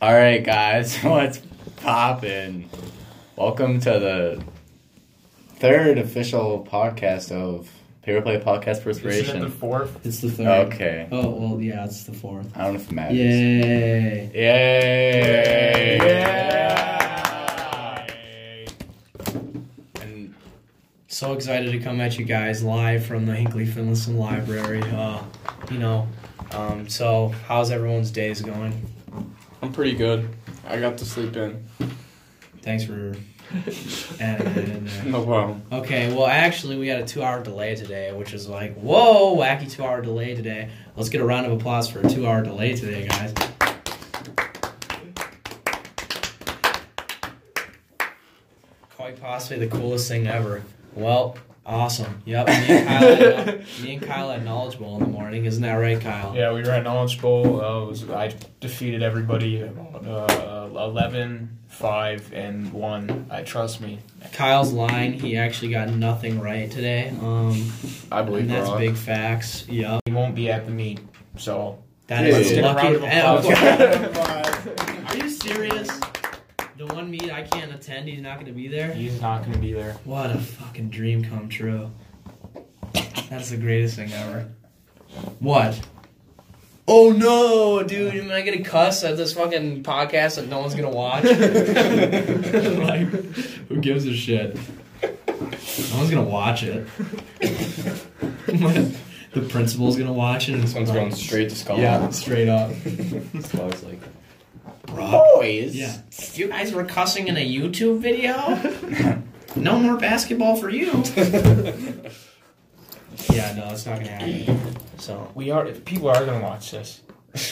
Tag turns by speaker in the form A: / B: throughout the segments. A: All right, guys, what's poppin'? Welcome to the third official podcast of Paper Play Podcast
B: Isn't it the
A: Perspiration.
B: fourth?
C: It's the third.
A: Okay,
C: Oh well, yeah, it's the fourth.
A: I don't know if it matters.
C: Yay!
A: Yay!
B: Yeah.
A: And
C: So excited to come at you guys live from the Hinkley Finlayson Library. Uh, you know, um, so how's everyone's days going?
D: I'm pretty good. I got to sleep in.
C: Thanks for uh, adding that in there.
D: No problem.
C: Okay, well, actually, we had a two-hour delay today, which is like, whoa, wacky two-hour delay today. Let's get a round of applause for a two-hour delay today, guys. Quite possibly the coolest thing ever. Well, awesome. Yep, me and Kyle, had, uh, me and Kyle had Knowledge Bowl in the morning. Isn't that right, Kyle?
B: Yeah, we were at Knowledge Bowl. Uh, it was, I defeated everybody about uh, 11, 5, and 1. I Trust me.
C: Kyle's lying. He actually got nothing right today. Um,
D: I believe
C: and that's
D: we're on.
C: big facts. Yep.
B: He won't be at the meet, so.
C: That
A: Hey.
C: is
A: Let's get a
B: round
C: lucky.
B: of applause.
C: Are you serious? The one meet I can't attend, he's not gonna be there?
B: He's not going to be there.
C: What a fucking dream come true. That's the greatest thing ever. What? Oh no, dude, am I gonna cuss at this fucking podcast that no one's gonna watch? like, who gives a shit? No one's gonna watch it. the principal's gonna watch it and
A: this one's going straight to skull.
C: Yeah, straight up.
A: So I was like,
D: Boys.
C: Yeah. You guys were cussing in a YouTube video? no more basketball for you. yeah, no, it's not gonna happen. So
B: We are. People are going to watch this.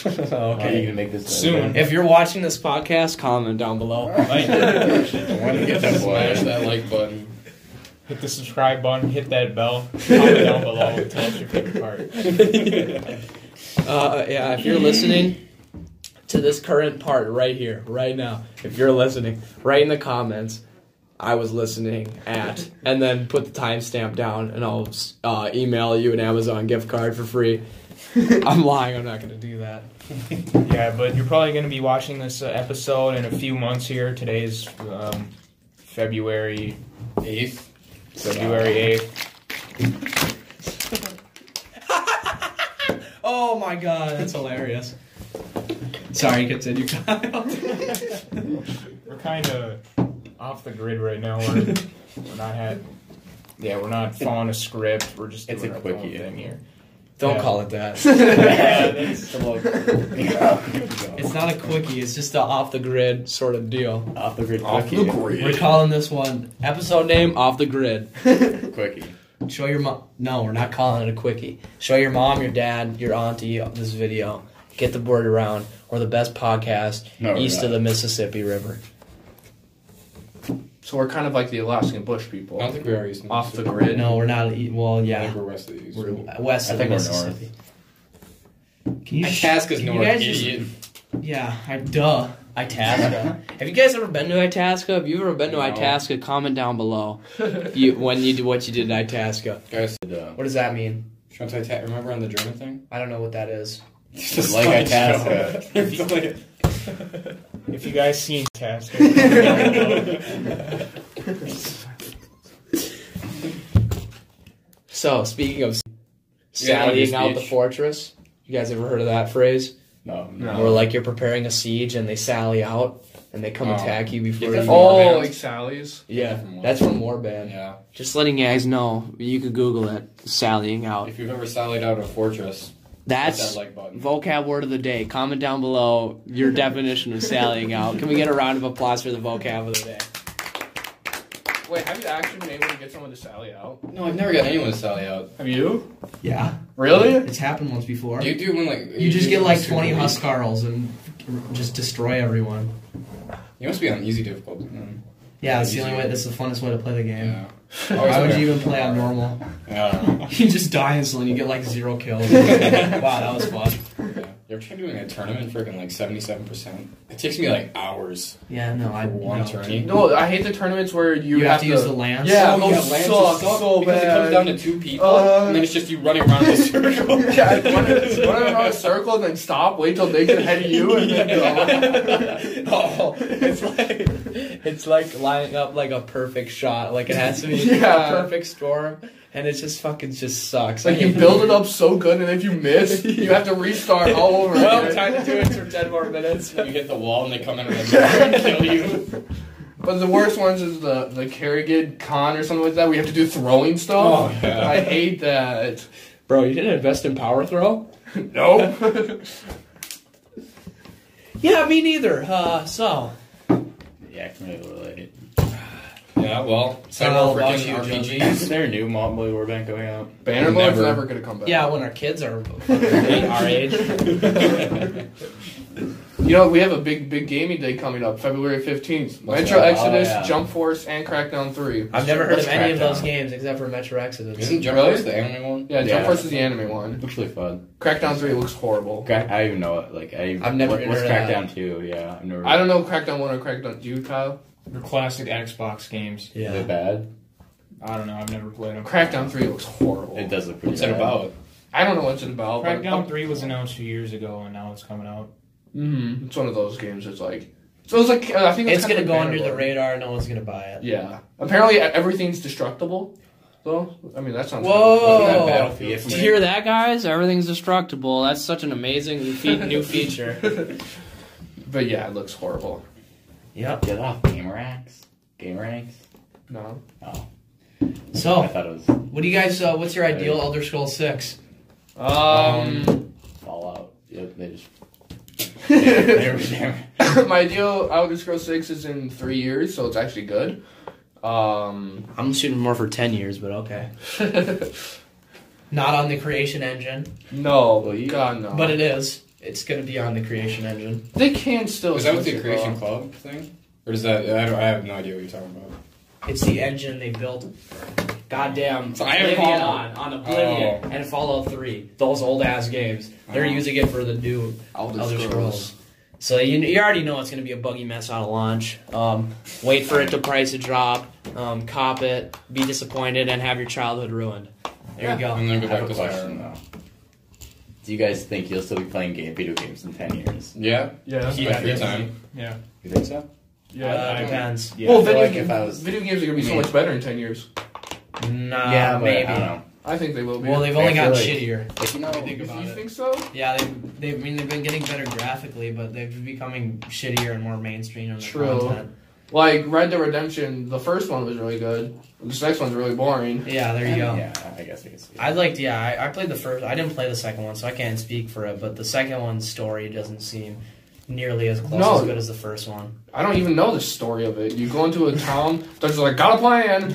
A: okay. How are you gonna make this
B: Soon.
C: if you're watching this podcast, comment down below.
B: Like,
A: When to get that
D: Smash
A: boy?
D: that like button.
B: hit the subscribe button, hit that bell, comment down below, tell us your favorite part.
C: Uh, yeah, if you're listening to this current part right here, right now, if you're listening, write in the comments. I was listening at, and then put the timestamp down, and I'll uh, email you an Amazon gift card for free. I'm lying. I'm not gonna do that.
B: Yeah, but you're probably going to be watching this uh, episode in a few months here. Today's um, February
A: Eighth.
B: February eighth.
C: Oh my god, that's hilarious. Sorry, continue, Kyle.
B: We're kind of off the grid right now. We're, we're not had. Yeah, we're not following a script. We're just
A: It's
B: doing
A: a
B: our own
A: quickie.
B: thing here.
C: Don't
B: Yeah.
C: call it that.
B: Yeah, that's-
C: It's not a quickie, it's just a off the grid sort of deal.
A: Off the grid
D: Off
A: quickie.
D: the grid.
C: We're calling this one episode name Off the Grid.
A: Quickie.
C: Show your mom. No, we're not calling it a quickie. Show your mom, your dad, your auntie this video. Get the word around. We're the best podcast
A: No, we're
C: east of
A: not.
C: the Mississippi River.
D: So we're kind of like the Alaskan bush people.
E: I don't think we are using
D: Off the grid.
C: No, we're not. e- Well,
E: I think
C: yeah.
E: we're west of the east.
C: We're west
A: I
C: of the
A: think we're north.
C: Mississippi. Can you sh-
E: Itasca's
C: can you
E: north,
C: guys just-
E: idiot.
C: Yeah, I duh. Itasca. have you guys ever been to Itasca? If you've ever been to
E: No.
C: Itasca, comment down below. you when you do what you did in Itasca.
E: Guys,
A: The-
C: What does that mean?
D: uh,
E: Trump's Ita- remember on the German thing?
C: I don't know what that is.
A: like Itasca.
E: It's like-
B: if you guys seen Task,
C: So speaking of
E: Yeah, like your
C: sallying out the
E: speech.
C: fortress, you guys ever heard of that phrase?
A: No,
D: No.
C: Where like you're preparing a siege and they sally out and they come
E: Oh.
C: attack you before
E: Yeah,
C: you.
E: that's-
D: Oh,
E: Yeah.
D: like Sally's.
C: yeah,
E: from
C: that's from Warband.
E: Yeah.
C: Just letting you guys know, you could Google it. Sallying out.
E: If you've ever sallied out a fortress, hit
C: That's
E: that like button.
C: Vocab word of the day. Comment down below your definition of sallying out. Can we get a round of applause for the vocab of the day?
D: Wait, have you actually been able to get someone to Sally out?
E: No, I've never got anyone to sally out.
D: Have you?
C: Yeah,
D: Really?
C: it's happened once before.
E: You do when like you, do when you're super weak.
C: huscarls and just destroy everyone.
E: You must be on easy difficulty. then.
C: Yeah, that's the only way. That's the funnest way to play the game.
E: Yeah.
C: Why would you even play on normal?
E: Yeah.
C: You just die instantly. You get like zero kills. wow, that was fun.
E: Yeah. You ever tried doing a tournament freaking like 77%? It takes me like hours.
C: Yeah, no, I
E: For one
C: no.
E: tourney.
D: No, I hate the tournaments where you,
C: You, have, to use the lance.
D: Yeah,
E: Oh,
D: those
E: yeah, lances
D: suck so
E: because it
D: bad.
E: comes down to two people,
D: Uh,
E: and then it's just you running around in a circle.
D: yeah, I'd run, in- run around in a circle and then stop, wait till they get ahead of you, and then go.
E: oh, it's like
C: It's like lining up like a perfect shot. Like it has to be
D: Yeah.
C: a perfect storm, and it just fucking just sucks.
D: It's like you build it up so good, and if you miss, you have to restart all over
C: Well,
D: again.
C: time to do it for ten more minutes.
E: you hit the wall and they come in and they kill you.
D: But the worst ones is the the Kerrigan con or something like that. We have to do throwing stuff.
E: Oh, yeah.
D: I hate that.
C: Bro, you didn't invest in power throw?
D: No.
C: Yeah, me neither. Uh, so
A: Yeah, I can really relate.
E: Yeah, well,
C: I'll
E: several
C: watch
E: freaking
C: you,
E: RPGs.
A: Is there a new Mont Blue Warbank going out?
D: Banner mode's
E: Never.
D: never gonna come back.
C: yeah, when our kids are our age,
D: You know, we have a big, big gaming day coming up, February 15th.
E: What's
D: Metro
E: that?
D: Exodus,
A: Oh, yeah.
D: Jump Force, and Crackdown 3.
C: I've never heard of
A: Let's
C: any of
A: crack
C: those
A: down.
C: games except for Metro Exodus.
E: Isn't Jump
D: Really?
E: Force the anime one?
D: Yeah, Jump
A: Yeah.
D: Force is the anime one.
A: Looks really fun.
D: Crackdown 3 looks horrible.
A: Crack- I don't even know it. Like I,
C: I've never
A: What, what's
C: entered that.
A: Crackdown Two? Yeah, I've never.
D: I don't know Crackdown 1 or Crackdown. Do you, Kyle?
B: Your classic Xbox games.
A: Is
C: Yeah,
A: it bad?
B: I don't know. I've never played them.
D: Crackdown 3 looks horrible.
A: It does look pretty.
E: What's
A: bad.
E: it about?
D: I don't know what it's about. but-
B: Crackdown Three was announced two years ago, and now it's coming out.
D: Mhm. It's one of those games that's like. So it's like. uh, I think
C: it's
D: kind
C: gonna
D: of
C: go
D: like
C: under the
D: Bannerlord.
C: radar. No one's gonna buy it.
D: Yeah. Apparently e- everything's destructible, though. I mean, that sounds.
C: Whoa.
A: Wasn't that
C: Did
A: Battlefield?
C: you hear that, guys? Everything's destructible. That's such an amazing fe- new feature.
D: But yeah, it looks horrible.
C: yep.
A: Get off Game Ranks. Game Ranks.
D: No.
A: I
C: So,
A: thought it was
C: what do you guys? Uh, what's your ideal Elder Scrolls Six?
D: Um.
A: Fallout. Yep, they just. they, they, were- they, were-
D: Um, my ideal Elder Scrolls Six is in three years, so it's actually good. Um,
C: I'm shooting more for ten years, but okay. Not on the creation engine,
D: no,
A: Well, you-
D: God no.
C: but it is. It's gonna be on the creation engine.
D: they can still.
E: Is that what
D: switch
E: the
D: it,
E: Creation
D: though.
E: Club thing? Or does that? I, don't, I have no idea what you're talking about.
C: It's the engine they built. Goddamn,
E: So I have
C: Oblivion on on
E: Fallout.
C: Oblivion and Fallout Three. Those old ass games. They're
E: Oh.
C: using it for the new
E: Elder,
C: Elder Scrolls. So you, you already know it's going to be a buggy mess out of launch. Um, wait for it to price a drop, um, cop it, be disappointed, and have your childhood ruined. There you
E: And
C: go.
E: then
A: I
E: go back
A: have
E: to
A: a question
E: Skyrim.
A: though. Do you guys think you'll still be playing game, video games in ten years?
E: Yeah,
B: Yeah,
E: that's my free time.
B: Yeah,
A: You think so?
B: yeah.
C: uh,
B: I-
C: depends.
A: Yeah.
D: well,
A: I feel
D: video,
A: like
D: ga-
A: if I was.
D: video games are gonna be so
A: me.
D: much better in ten years.
C: Nah,
A: yeah, but
C: maybe.
A: I don't know.
D: I think they will be.
C: Well, they've only
A: I
C: gotten
A: feel like-
C: shittier.
A: Like, you know,
C: think
D: If
C: about
D: you
C: it.
D: think so?
C: Yeah, they've, they've, I mean, they've been getting better graphically, but they're becoming shittier and more mainstream on their
D: True.
C: content.
D: Like Red Dead Redemption, the first one was really good. This next one's really boring.
C: Yeah, there you go.
A: Yeah, I guess I can see. it.
C: I liked, yeah, I, I played the first. I didn't play the second one, so I can't speak for it. But the second one's story doesn't seem nearly as close
D: No.
C: as good as the first one.
D: I don't even know the story of it. You go into a town, they're just like, got a plan.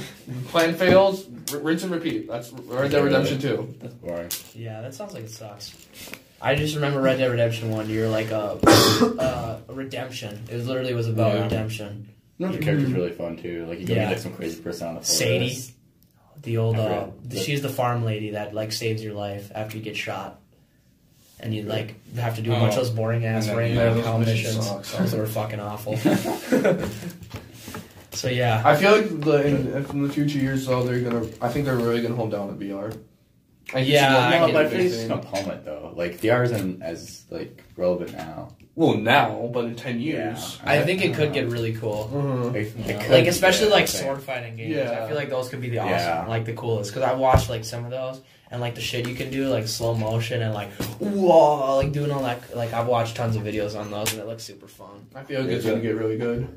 D: Plan fails, r- rinse and repeat. That's Red Dead Redemption Two.
A: That's boring.
C: Yeah, that sounds like it sucks. I just remember Red Dead Redemption one. You're like a, uh, a redemption. It literally was about
E: Yeah.
C: redemption.
A: No, the character's really fun too. Like you can
C: mm-hmm. Yeah.
A: be like some crazy person on the forest.
C: Sadie, the old,
A: I
C: uh,
A: forgot.
C: the- she's the farm lady that like saves your life after you get shot, and you like have to do a bunch of those boring ass
E: Oh. And then, yeah,
C: random
E: those
C: cow
E: missions
C: missions.
E: suck,
C: Those were fucking awful. so yeah.
D: I feel like the, in, in the future years though, they're gonna. I think they're really gonna hold down the VR. I think
C: Yeah,
D: it's
A: No,
C: I
D: not
C: can
A: but
D: my
A: I feel like it's just
D: face.
A: gonna plummet though. Like VR isn't as like relevant now.
D: Well, now, but in ten years.
C: I think it could get really cool.
D: Mhm.
A: It- it
E: Yeah.
A: could
C: Like
A: be,
C: especially
A: yeah, I
C: like
A: think.
C: sword fighting games.
D: Yeah.
C: I feel like those could be the awesome,
A: Yeah.
C: like the coolest. Because I watched like some of those and like the shit you can do, like slow motion and like whoa, like doing all that. Like I've watched tons of videos on those and it looks super fun.
D: I feel like it's gonna get really good.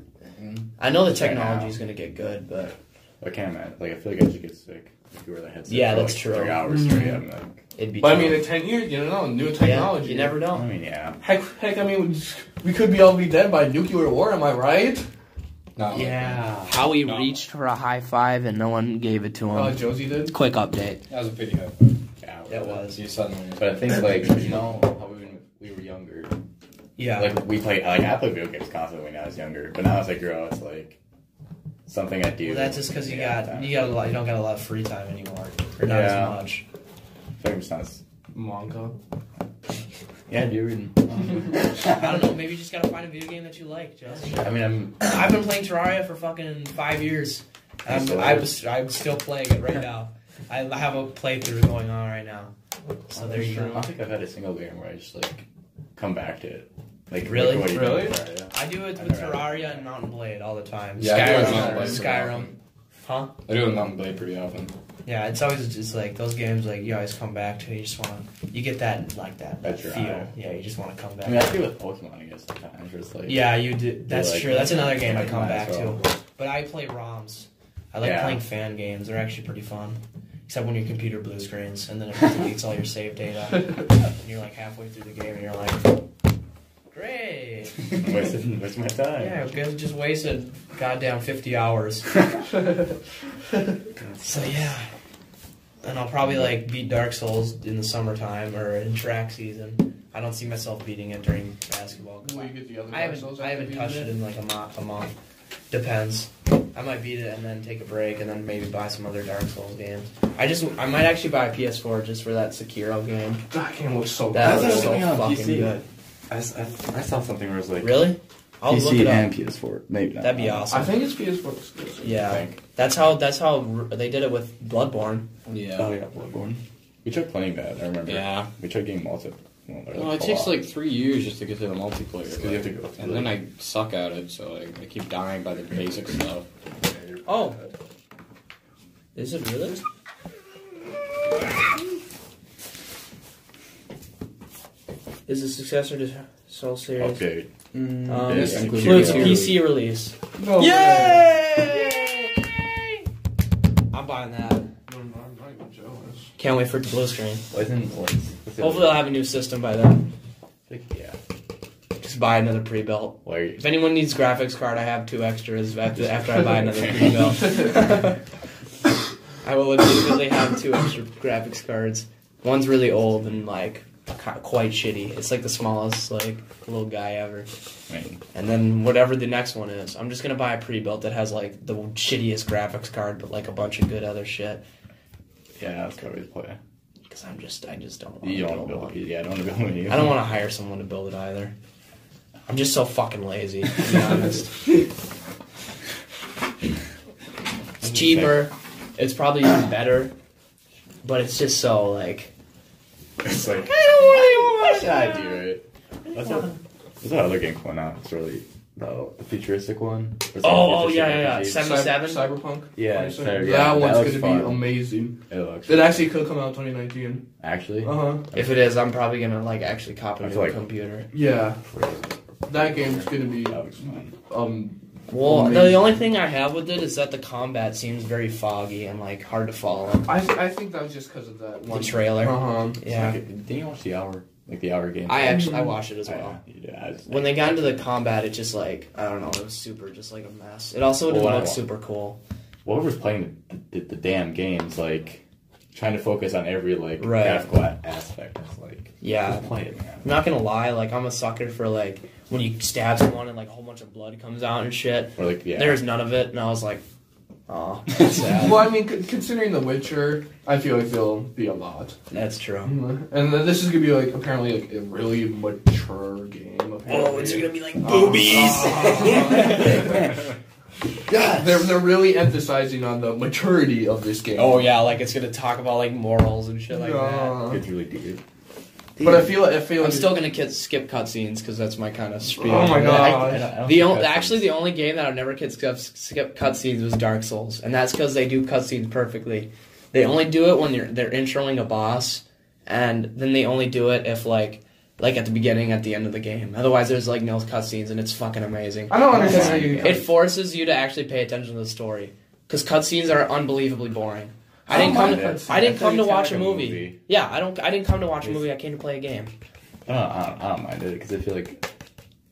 C: I know the
A: Check it
C: technology
A: out.
C: is gonna get good, but
A: I can't imagine. Like I feel like I should get sick if you wear the headset.
C: Yeah,
A: for,
C: that's
A: like,
C: true.
A: Three hours straight. I'm like,
C: it'd be.
D: But I
C: cool.
D: mean, in ten years, you don't know, new
C: Yeah,
D: technology.
C: you never
A: I
C: know.
A: mean, yeah.
D: Heck, heck, I mean, we could be all be dead by nuclear war. Am I right?
E: Not like
C: How he
E: No.
C: reached for a high five and no one gave it
A: Um,
C: to him.
D: Uh, Josie did.
C: Oh, Quick update.
E: that. That was a pity high
A: Yeah,
C: That was.
E: You suddenly.
A: But I think like you know how we when we were younger.
C: Yeah.
A: Like we play like I play video games constantly when I was younger, but now as I grow, it's like something I do.
C: well, that's just because you
A: Yeah,
C: got
A: time.
C: you got a lot, you don't got a lot of free time anymore, or not
A: Yeah.
C: as much.
A: I feel like I'm just not as-
D: Monka.
A: Yeah, dude.
E: Um,
C: I don't know. Maybe you just gotta find a video game that you like, Justin.
A: I mean, I'm
C: I've been playing Terraria for fucking five years. I'm, I'm, I'm still playing it right now. I have a playthrough going on right now. So Oh, there you
A: I
C: go.
A: don't think I've had a single game where I just like come back to it. Like
C: Really?
A: like, what do you
B: Really?
A: think about it?
C: I do it
A: I
C: with
A: never-
C: Terraria and Mountain Blade all the time.
E: Yeah, I do it with Mountain
C: Skyrim.
E: Blade pretty
C: Skyrim.
E: often.
C: Huh?
E: I do it with Mountain Blade pretty often.
C: Yeah, it's always just like those games. Like you always come back to. You just want to. You get that like that, that
A: That
C: feel.
A: drive.
C: Yeah, you just want to come
A: I mean,
C: back.
A: I do with Pokemon, I guess, sometimes. Where it's like,
C: Yeah, you do. That's
A: like-
C: true. That's another game I come
A: Might
C: back
A: as well.
C: to. But I play ROMs. I like
A: Yeah.
C: playing fan games. They're actually pretty fun. Except when your computer blue screens and then it deletes all your save data. And you're like halfway through the game and you're like, great.
A: wasting, wasting my time.
C: Yeah, we guys just wasted goddamn 50 hours. so, yeah. And I'll probably like beat Dark Souls in the summertime or in track season. I don't see myself beating it during basketball. 'cause
D: Will you
C: I,
D: get the other
C: I
D: Dark Souls
C: haven't, I
D: after
C: haven't
D: you
C: touched
D: do
C: it
D: that?
C: in like a month. A month. Depends. I might beat it and then take a break and then maybe buy some other Dark Souls games. I just, I might actually buy a PS4 just for that Sekiro game.
D: That game looks so
C: That
D: good.
C: was so fucking good.
A: I, s- I, I saw something where it was like
C: Really? I'll look it up.
A: PS4. Maybe not.
C: That'd be awesome.
D: I think it's PS4 exclusive.
C: Yeah,
A: think.
C: that's how that's how r- they did it with Bloodborne.
A: Oh
E: Yeah.
A: yeah, Bloodborne. We tried playing that. I remember.
E: Yeah.
A: We tried getting multi. Well, they're,
E: Well, it
A: co-op.
E: takes like three years just to get to the multiplayer.
A: It's 'cause you have to go
E: like,
A: through,
E: and then I suck at it, so I, I keep dying by the basic stuff.
C: Oh, is it really? Is the successor to Soul Series?
A: update.
C: Um,
A: Yes,
C: it's-
A: includes
C: includes
A: PC
C: PC release.
D: No way.
C: Yay! I'm buying that.
D: I'm, I'm not even jealous.
C: Can't wait for blue screen.
A: Wasn't what?
C: Hopefully, I'll have a new system by then.
A: yeah.
C: Just buy another pre-built.
A: Why are you?
C: If anyone needs graphics card, I have two extras after, after I buy another pre-built. I will legitimately have two extra graphics cards. One's really old and like ca- quite shitty. It's like the smallest like little guy ever.
A: I mean,
C: And then whatever the next one is, I'm just gonna buy a pre-built that has like the shittiest graphics card, but like a bunch of good other shit.
A: yeah, that's probably the play.
C: Because I'm just I just don't want to
A: You don't
C: build
A: want to build. a
C: one.
A: PC. Yeah, I don't want to build you.
C: I don't want to hire someone to build it either. I'm just so fucking lazy, to be honest. it's cheaper. It's probably even better. But it's just so like
A: It's like.
C: I
A: Why should I do it? What's that? What's that other game coming out? It's really the, the futuristic one. It's like
C: Oh, oh,
A: futuristic
C: yeah, yeah, yeah.
A: RPG.
C: Seven- 77?
D: Cyber- Cyberpunk.
A: Yeah,
D: 27.
A: there you go.
D: that one's
A: That
D: going
A: looks
D: to be
A: fun.
D: amazing.
A: It looks.
D: It actually could come out 2019.
A: actually.
C: Oh.
D: Uh huh.
C: If it is, I'm probably gonna like actually copy
A: I
C: it
A: feel
C: like,
A: like-
C: computer.
D: Yeah, that game's going to be
A: That looks fun.
D: um.
C: Well,
D: Amazing.
C: no, the only thing I have with it is that the combat seems very foggy and like hard to follow.
D: I I think that was just because of that
C: The
D: one.
C: trailer,
D: Uh huh.
C: yeah.
A: Like, didn't you watch the hour? Like the hour game.
C: I actually I watched it as
A: I-
C: well.
A: yeah, I just-
C: when they got into the combat, it just like I don't know, it was super just like a mess. It also didn't
A: Well, I
C: look
A: want-
C: super cool.
A: whoever's playing the, the, the damn games, like trying to focus on every like
C: Right.
A: graphical a- aspect. It's like
C: Yeah,
A: just play it, man.
C: I'm not gonna lie, like I'm a sucker for like when you stab someone and like a whole bunch of blood comes out and shit.
A: Or like yeah,
C: There's none of it, and I was like, oh,
D: Well, I mean, con- considering The Witcher, I feel like there'll be a lot, Mm-hmm.
C: that's true.
D: and then this is gonna be like apparently like a really mature game. Apparently.
C: Oh, it's gonna be like
D: Boobies.
C: yes.
D: They're they're really emphasizing on the maturity of this game.
C: Oh yeah, like it's gonna talk about like morals and shit like that.
D: Yeah.
A: it's really deep.
D: But I feel I feel
C: I'm
D: like
C: still gonna kid- skip cutscenes because that's my kind of spiel.
D: Oh my
C: Yeah,
D: God.
C: I-
D: Uh,
A: don't- don't
C: The
A: think
C: only,
A: that's-
C: actually the only game that I've never kid skip, skip cutscenes was Dark Souls, and that's because they do cutscenes perfectly. They only do it when they're they're introing a boss, and then they only do it if like like at the beginning, at the end of the game. Otherwise, there's like no cutscenes, and it's fucking amazing.
D: I don't understand how you.
C: It forces you to actually pay attention to the story because cutscenes are unbelievably boring. I didn't
D: Oh
C: come.
D: my
C: To,
D: God.
C: I didn't
A: I
C: come
A: thought
C: to
A: you said
C: watch a
A: like a
C: movie.
A: movie.
C: Yeah, I don't. I didn't come to watch a
A: Yes.
C: movie. I came to play a game.
A: I don't, I don't, I don't mind it because I feel like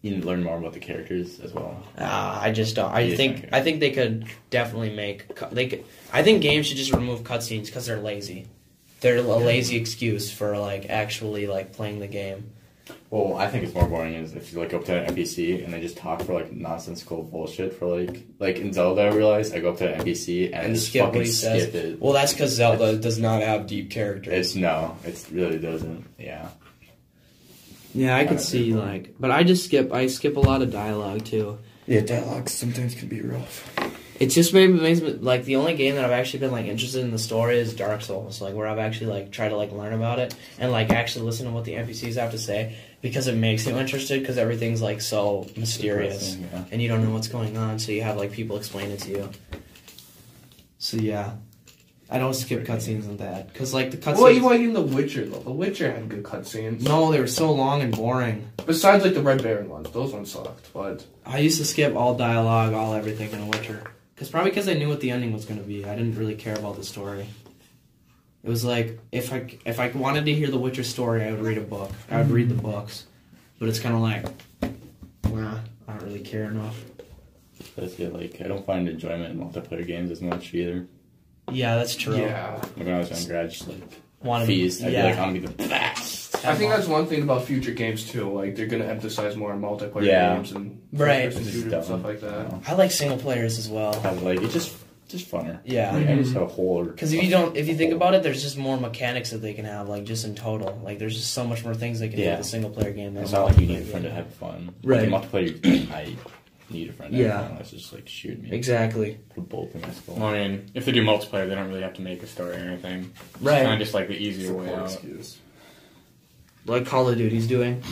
A: you need to learn more about the characters as well.
C: Ah, I just don't. I
A: Yeah,
C: think
A: okay.
C: I think they could definitely make. cu- They could, I think games should just remove cutscenes because they're lazy. They're a lazy excuse for like actually like playing the game.
A: Well, I think it's more boring is if you like go up to an NPC and they just talk for like nonsensical bullshit for like like in Zelda. I realized I go up to an NPC and, I
C: And
A: just
C: skip what
A: fucking
C: he says.
A: skip it.
C: Well, that's because Zelda does not have deep characters.
A: It's no, it really doesn't. Yeah,
C: Yeah, I could see like, but I just skip. I skip a lot of dialogue too.
E: Yeah, dialogue sometimes can be rough.
C: It just maybe makes me like the only game that I've actually been like interested in the story is Dark Souls, like where I've actually like tried to like learn about it and like actually listen to what the NPCs have to say because it makes you interested because everything's like so mysterious
A: Depressing, yeah.
C: and you don't know what's going on, so you have like people explain it to you. So yeah, I don't skip cutscenes in that because like the cutscenes.
D: Well, even like in The Witcher, though. The Witcher had good cutscenes.
C: no, they were so long and boring.
D: Besides like the Red Baron ones, those ones sucked. But
C: I used to skip all dialogue, all everything in Witcher. Because probably because I knew what the ending was going to be. I didn't really care about the story. It was like if I if I wanted to hear the Witcher story, I would read a book. I would read the books, but it's kind of like, nah, I don't really care enough.
A: That's it. Like I don't find enjoyment in multiplayer games as much either.
C: Yeah, that's true.
D: yeah,
A: Like when I was younger, I just like
C: Wanted-
A: feast. I'd
C: yeah.
A: be like, I'm gonna be the best.
D: I think that's one thing about future games too. Like they're gonna emphasize more on multiplayer
A: Yeah.
D: games and
C: Right.
D: first-person
A: This is
D: shooters
A: dumb.
D: and stuff like
A: I
D: that.
A: don't know.
C: I like single players as well.
A: I was like, it's just just funner.
C: Yeah.
A: Like, I just had a whole.
C: Because if you don't, if you think about it, there's just more mechanics that they can have, like just in total. Like there's just so much more things they can do
A: Yeah.
C: with a single player game. than
A: it's
C: a
A: not like you
C: multiplayer
A: need a friend to
C: game.
A: have fun.
C: Right.
A: Like, in multiplayer, I need a friend. To
C: Yeah.
A: Have fun. Let's just like shoot me.
C: Exactly.
A: Put both in my skull.
B: Well, I mean, if they do multiplayer, they don't really have to make a story or anything.
C: Right.
B: It's kind of just like the easier way
D: Poor
B: out.
D: excuse.
C: Like Call of Duty's doing.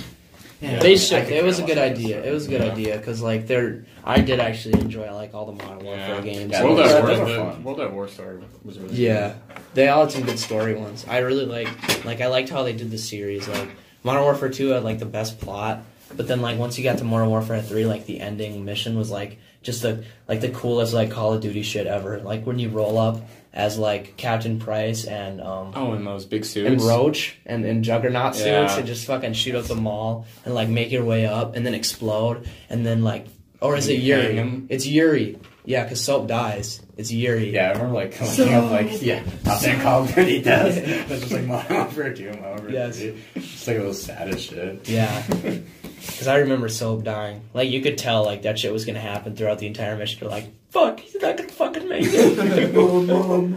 B: Yeah.
C: they
B: I
C: should.
A: could
C: It was a
A: care
C: good
A: less,
C: idea.
A: so,
C: It was a good
B: yeah.
C: idea because like they're. I did actually enjoy like all the modern warfare
B: Yeah.
C: games.
A: Yeah,
B: World
A: those
B: at
A: are-
B: War,
A: those are
B: the-
A: fun.
B: World at War story was really
C: Yeah. they all had some good story ones. I really like. Like I liked how they did the series. Like Modern Warfare Two had like the best plot, but then like once you got to Modern Warfare Three, like the ending mission was like just the like the coolest like Call of Duty shit ever. Like when you roll up as like Captain Price and um.
B: Oh, and those big suits.
C: and Roach and, and Juggernaut suits
B: Yeah.
C: and just fucking shoot up the mall and like make your way up and then explode and then like or is it
B: You hang
C: Yuri?
B: him?
C: It's Yuri. Yeah, because Soap dies. It's Yuri.
A: Yeah, I remember like coming up like yeah, out there Call of Duty does. It was just like Modern Warfare Two, Modern Warfare
C: Yes.
A: Three. It's like it was sad as shit.
C: Yeah. Because I remember Soap dying. Like you could tell like that shit was gonna happen throughout the entire mission. You're like, fuck, he's not gonna fucking make it. Mom,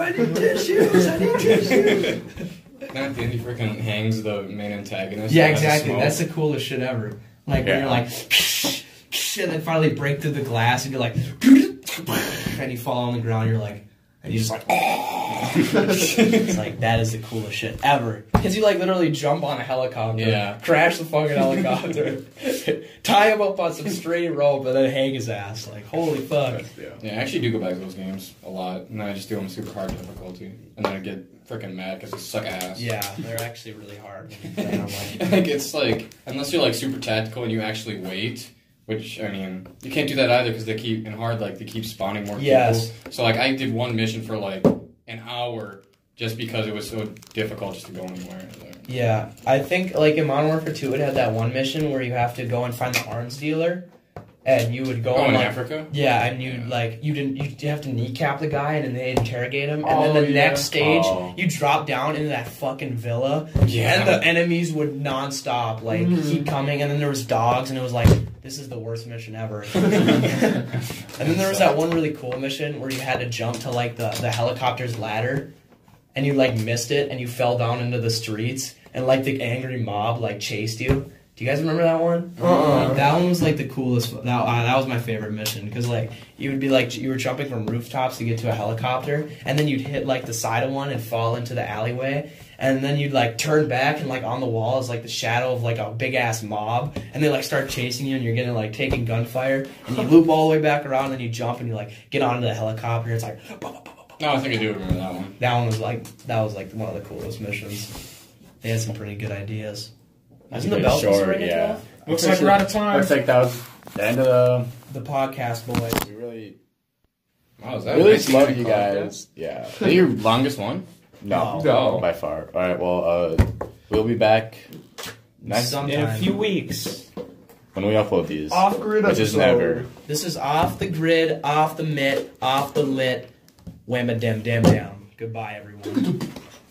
C: I need tissues. I need tissues.
E: And at the end, he freaking hangs the main antagonist.
F: Yeah,
E: and has a
F: exactly.
E: smoke.
F: That's the coolest shit ever. Like when
B: Yeah.
F: you're like, and then finally break through the glass, and you're like, and you fall on the ground. You're like, and you just like,
C: It's like that is the coolest shit ever. Cause you like literally jump on a helicopter,
E: Yeah.
C: crash the fucking helicopter, tie him up on some stray rope, and then hang his ass. Like holy fuck!
A: Yeah.
E: Yeah, I actually do go back to those games a lot, and then I just do them super hard difficulty, and then I get freaking mad because they suck ass.
C: Yeah, they're actually really hard.
E: like it's like unless you're like super tactical and you actually wait, which I mean you can't do that either because they keep in hard like they keep spawning more
C: Yes.
E: people. So like I did one mission for like an hour just because it was so difficult just to go anywhere. Like,
C: Yeah, I think like in Modern Warfare Two, it had that one mission where you have to go and find the arms dealer, and you would go
E: Oh,
C: and
E: in
C: like,
E: Africa.
C: Yeah, and you
E: Yeah.
C: like you didn't you have to kneecap the guy and then they interrogate him and
D: Oh,
C: then the
D: yeah.
C: next stage
A: Oh.
C: you drop down into that fucking villa
E: Yeah.
C: and the enemies would nonstop like keep coming and then there was dogs and it was like this is the worst mission ever. and then there was that one really cool mission where you had to jump to like the, the helicopter's ladder and you like missed it and you fell down into the streets and like the angry mob like chased you. Do you guys remember that one?
D: Uh-uh.
C: That one was like the coolest. That uh, that was my favorite mission because like you would be like you were jumping from rooftops to get to a helicopter, and then you'd hit like the side of one and fall into the alleyway, and then you'd like turn back and like on the wall is like the shadow of like a big ass mob, and they like start chasing you, and you're getting like taking gunfire, and you loop all the way back around, and then you jump and you like get onto the helicopter. and It's like bah, bah, bah, bah, bah.
E: No, I think I do remember that one.
C: that one was like that was like one of the coolest missions. They had some pretty good ideas.
A: That's
C: Isn't the
A: a good
C: bell
A: short,
C: ringing?
A: yeah.
C: Yeah.
B: Looks like we're out of time.
A: Looks like that was the end of
C: The podcast boys.
A: the. We really,
E: Wow, is that
A: really
E: nice
A: love you
E: podcast?
A: guys. Yeah.
E: Is that your longest one?
A: No,
D: No.
A: by far. All right. Well, uh, we'll be back next
C: Sometime.
B: in a few weeks.
A: when we upload these,
D: Off grid
A: which is never.
C: This is off the grid, off the mitt, off the lit. Whamma dem dem down. Goodbye, everyone.